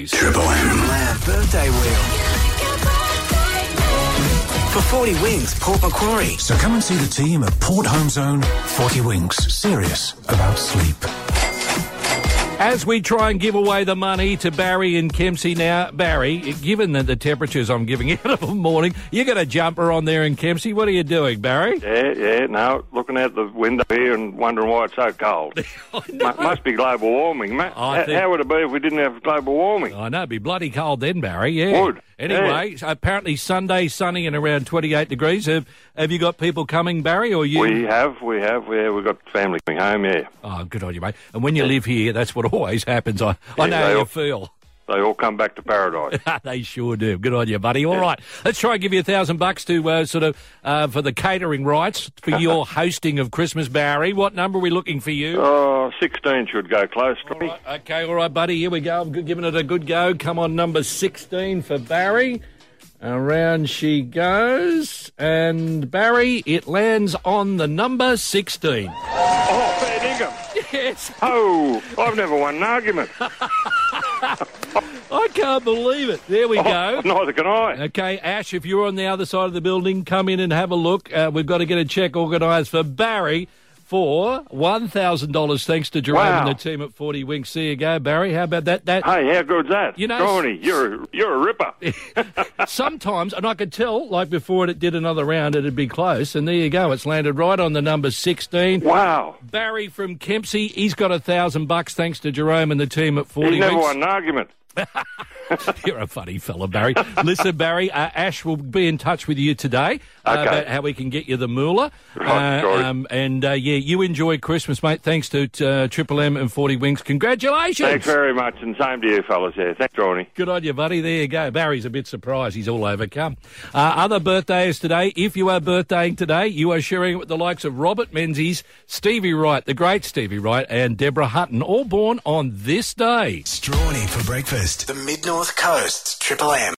Triple M. Lamb birthday wheel. For 40 wings, Port Macquarie. So come and see the team at Port Home Zone 40 Winks, serious about sleep. As we try and give away the money to Barry and Kempsey now, Barry, given that the temperatures I'm giving out of the morning, you got a jumper on there in Kempsey. What are you doing, Barry? Yeah, yeah, no, looking out the window here and wondering why it's so cold. Mu- must be global warming, mate. I How- think- How would it be if we didn't have global warming? I know, it'd be bloody cold then, Barry. Yeah. Would, Anyway, so apparently Sunday sunny and around 28 degrees. Have Have you got people coming, Barry, or you? We have, we have, we have. We've got family coming home, yeah. Oh, good on you, mate. And when you live here, that's what always happens. I, I Yeah, know they how you all- feel. They all come back to paradise. Ah, they sure do. Good on you, buddy. All right, let's try and give you a thousand bucks to uh, sort of uh, for the catering rights for your hosting of Christmas, Barry. What number are we looking for you? oh, 16 should go close to me. Okay, all right, buddy. Here we go. I'm g- giving it a good go. Come on, number sixteen for Barry. Around she goes, and Barry, it lands on the number sixteen. Oh, fair dinkum. Yes, Oh, I've never won an argument. I can't believe it. There we go. Oh, Neither can I. Okay, Ash, if you're on the other side of the building, come in and have a look. Uh, we've got to get a check organised for Barry for $1,000 thanks to Jerome Wow. and the team at 40 Winks. There you go, Barry. How about that? That Hey, how good's that? You know- Johnny, you're, you're a ripper. Sometimes, and I could tell, like before it did another round, it'd be close. And there you go. It's landed right on the number 16. wow. Barry from Kempsey, he's got a thousand bucks thanks to Jerome and the team at 40 He never Winks. won an argument. You're a funny fella, Barry. Listen, Barry, uh, Ash will be in touch with you today uh, Okay. about how we can get you the moolah. Right, Uh, sorry. um, and uh, yeah, you enjoy Christmas, mate. Thanks to uh, Triple M and 40 Wings. Congratulations. Thanks very much, and same to you, fellas. Yeah, thanks, Johnny. Good on you, buddy. There you go. Barry's a bit surprised. He's all overcome. Uh, other birthdays today. If you are birthdaying today, you are sharing it with the likes of Robert Menzies, Stevie Wright, the great Stevie Wright, and Deborah Hutton, all born on this day. Strawny for breakfast. The Mid North Coast's Triple M.